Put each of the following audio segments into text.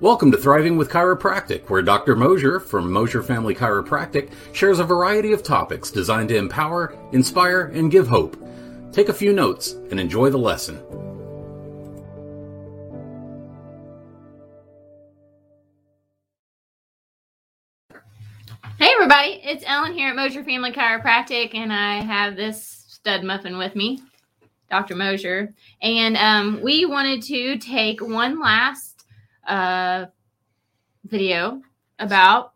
Welcome to Thriving with Chiropractic, where Dr. Mosier from Mosier Family Chiropractic shares a variety of topics designed to empower, inspire, and give hope. Take a few notes and enjoy the lesson. Hey everybody, it's Ellen here at Mosier Family Chiropractic, and I have this stud muffin with me, Dr. Mosier, and um, we wanted to take one last uh, video about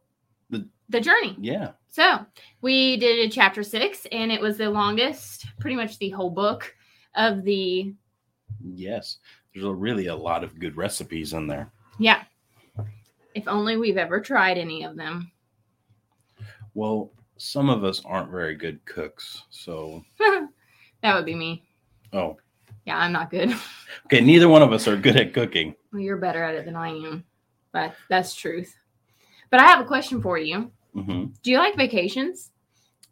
The- the journey. Yeah. So we did a chapter six, and it was the longest, pretty much the whole book of the Yes. There's a, really a lot of good recipes in there. yeah. If only we've ever tried any of them. Well, some of us aren't very good cooks. So, that would be me. oh, Yeah, I'm not good. okay. Neither one of us are good at cooking. Well, you're better at it than I am, but that's truth. But I have a question for you. hmm Do you like vacations?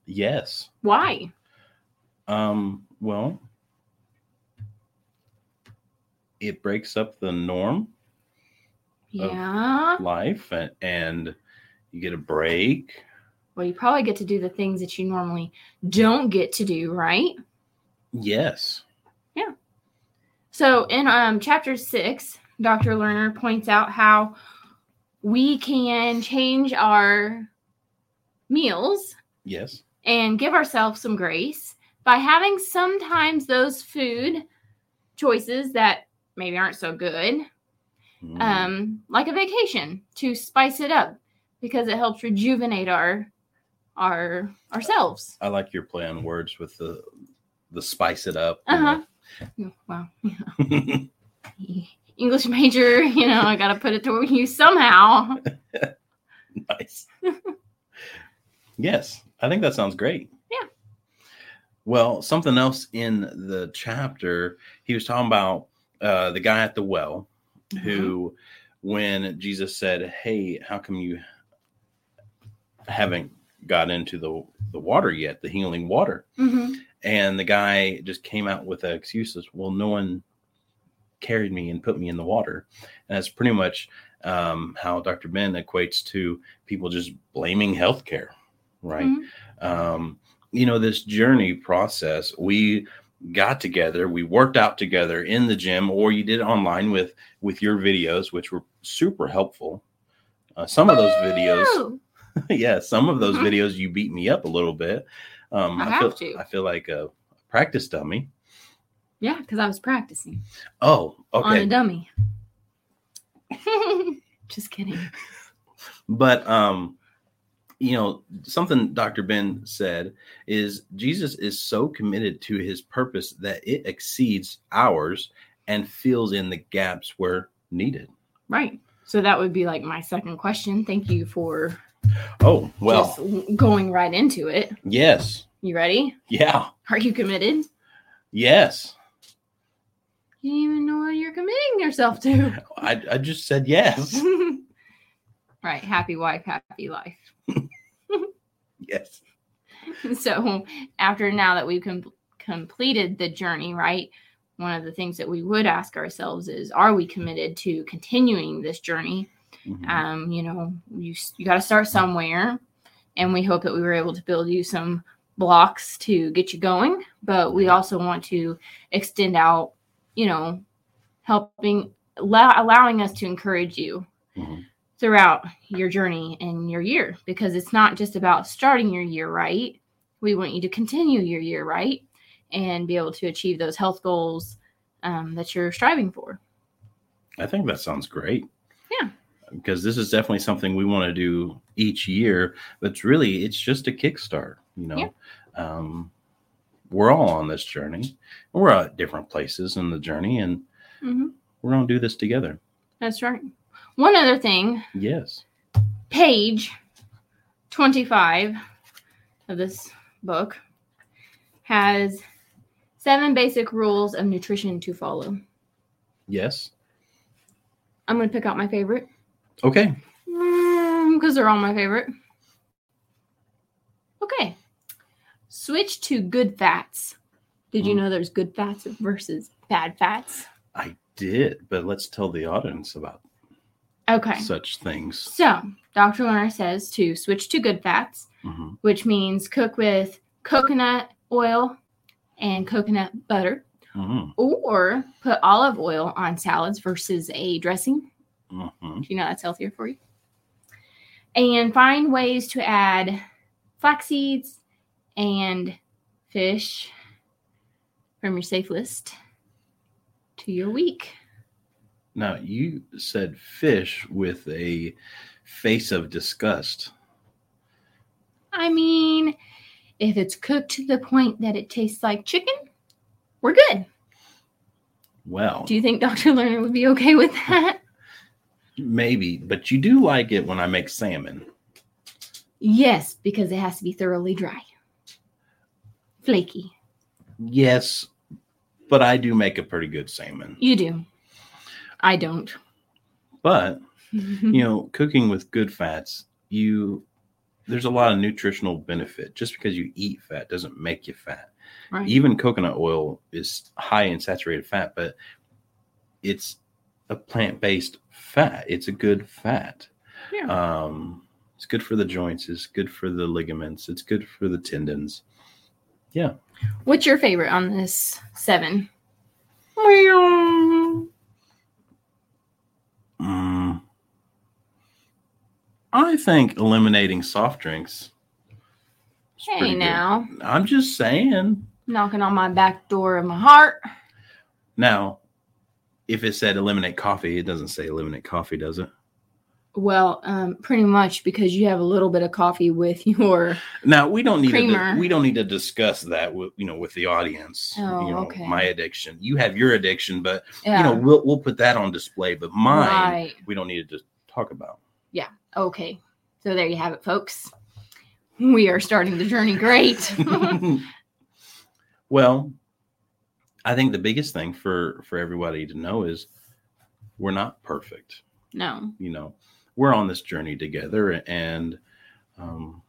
Yes. Why? Um, well, it breaks up the norm Yeah. life and, and you get a break. Well, you probably get to do the things that you normally don't get to do, right? Yes. So in um, chapter six, Dr. Lerner points out how we can change our meals Yes. and give ourselves some grace by having sometimes those food choices that maybe aren't so good Mm. um, like a vacation to spice it up because it helps rejuvenate our our ourselves. I like your play on words with the the spice it up. Uh and huh. Wow, the- English major, you know, I got to put it to use somehow. Nice. yes, I think that sounds great. Yeah. Well, something else in the chapter, he was talking about uh, the guy at the well Mm-hmm. who, when Jesus said, "Hey, how come you haven't got into the the water yet, the healing water?" hmm and the guy just came out with excuses. Well, no one carried me and put me in the water, and that's pretty much um, how Dr. Ben equates to people just blaming healthcare, right? Um, you know, this journey process. We got together, we worked out together in the gym, or you did it online with with your videos, which were super helpful. Uh, some of those videos Woo! yeah, some of those Mhm. videos you beat me up a little bit. Um, I feel, have to. I feel like a practice dummy. Yeah, because I was practicing Oh, on a okay. dummy. Just kidding. But um, you know, something Dr. Ben said is Jesus is so committed to his purpose that it exceeds ours and fills in the gaps where needed. Right. So that would be like my second question. Thank you for Oh, well, just w- going right into it. yes. You ready? Yeah. Are you committed? Yes. You don't even know what you're committing yourself to. I, I just said yes. right. Happy wife, happy life. yes. So, after now that we've com- completed the journey, right, one of the things that we would ask ourselves is are we committed to continuing this journey? Mhm. Um, you know, you, s- you got to start somewhere. And we hope that we were able to build you some blocks to get you going. But we also want to extend out, you know, helping, allow, allowing us to encourage you Mhm. throughout your journey and your year because it's not just about starting your year right. We want you to continue your year right and be able to achieve those health goals um, that you're striving for. I think that sounds great. Yeah. Because this is definitely something we want to do each year, but it's really it's just a kickstart, you know. Um we're all on this journey. We're at different places in the journey and Mhm. we're going to do this together. That's right. One other thing, Yes. page 25 of this book has seven basic rules of nutrition to follow. Yes. I'm going to pick out my favorite Okay. because Mm, they're all my favorite. Okay. Switch to good fats. Did you Mm. know there's good fats versus bad fats? I did, but let's tell the audience about Okay. such things. So, Dr. Lerner says to switch to good fats, Mhm. which means cook with coconut oil and coconut butter, Mhm. or put olive oil on salads versus a dressing. Mhm. Do you know that's healthier for you? And find ways to add flax seeds and fish from your safe list to your week. Now, you said fish with a face of disgust. I mean, if it's cooked to the point that it tastes like chicken, we're good. Well, Do you think Dr. Lerner would be okay with that? maybe, but you do like it when I make salmon. Yes, because it has to be thoroughly dry, flaky. Yes, but I do make a pretty good salmon. You do. I don't. But, Mm-hmm. you know, cooking with good fats, you there's a lot of nutritional benefit. Just because you eat fat doesn't make you fat. right. even coconut oil is high in saturated fat, but it's a plant based fat. It's a good fat. Yeah. Um, it's good for the joints. It's good for the ligaments. It's good for the tendons. What's your favorite on this seven? Meow. Mm. I think eliminating soft drinks. is pretty Hey good. now, I'm just saying. knocking on my back door of my heart. Now, if it said eliminate coffee, it doesn't say eliminate coffee, does it? Well, um, pretty much because you have a little bit of coffee with your. Now we don't need to, Creamer. we don't need to discuss that with you know with the audience. Oh, you know, okay. My addiction. You have your addiction, but Yeah, you know we'll we'll put that on display. But mine, um, Right. we don't need to talk about. Okay. So there you have it, folks. We are starting the journey great. well, I think the biggest thing for for everybody to know is we're not perfect. no. You know, we're on this journey together, and um,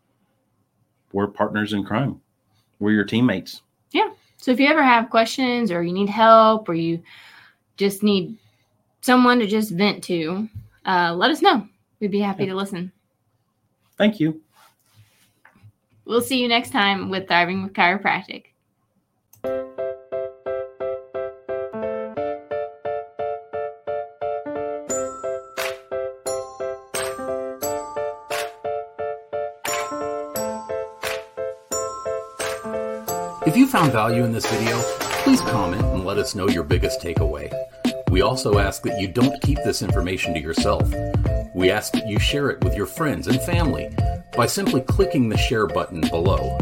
we're partners in crime. We're your teammates. So if you ever have questions or you need help or you just need someone to just vent to, uh, let us know. We'd be happy to listen. Thank you. We'll see you next time with Thriving with Chiropractic. If you found value in this video, please comment and let us know your biggest takeaway. We also ask that you don't keep this information to yourself. We ask that you share it with your friends and family by simply clicking the share button below.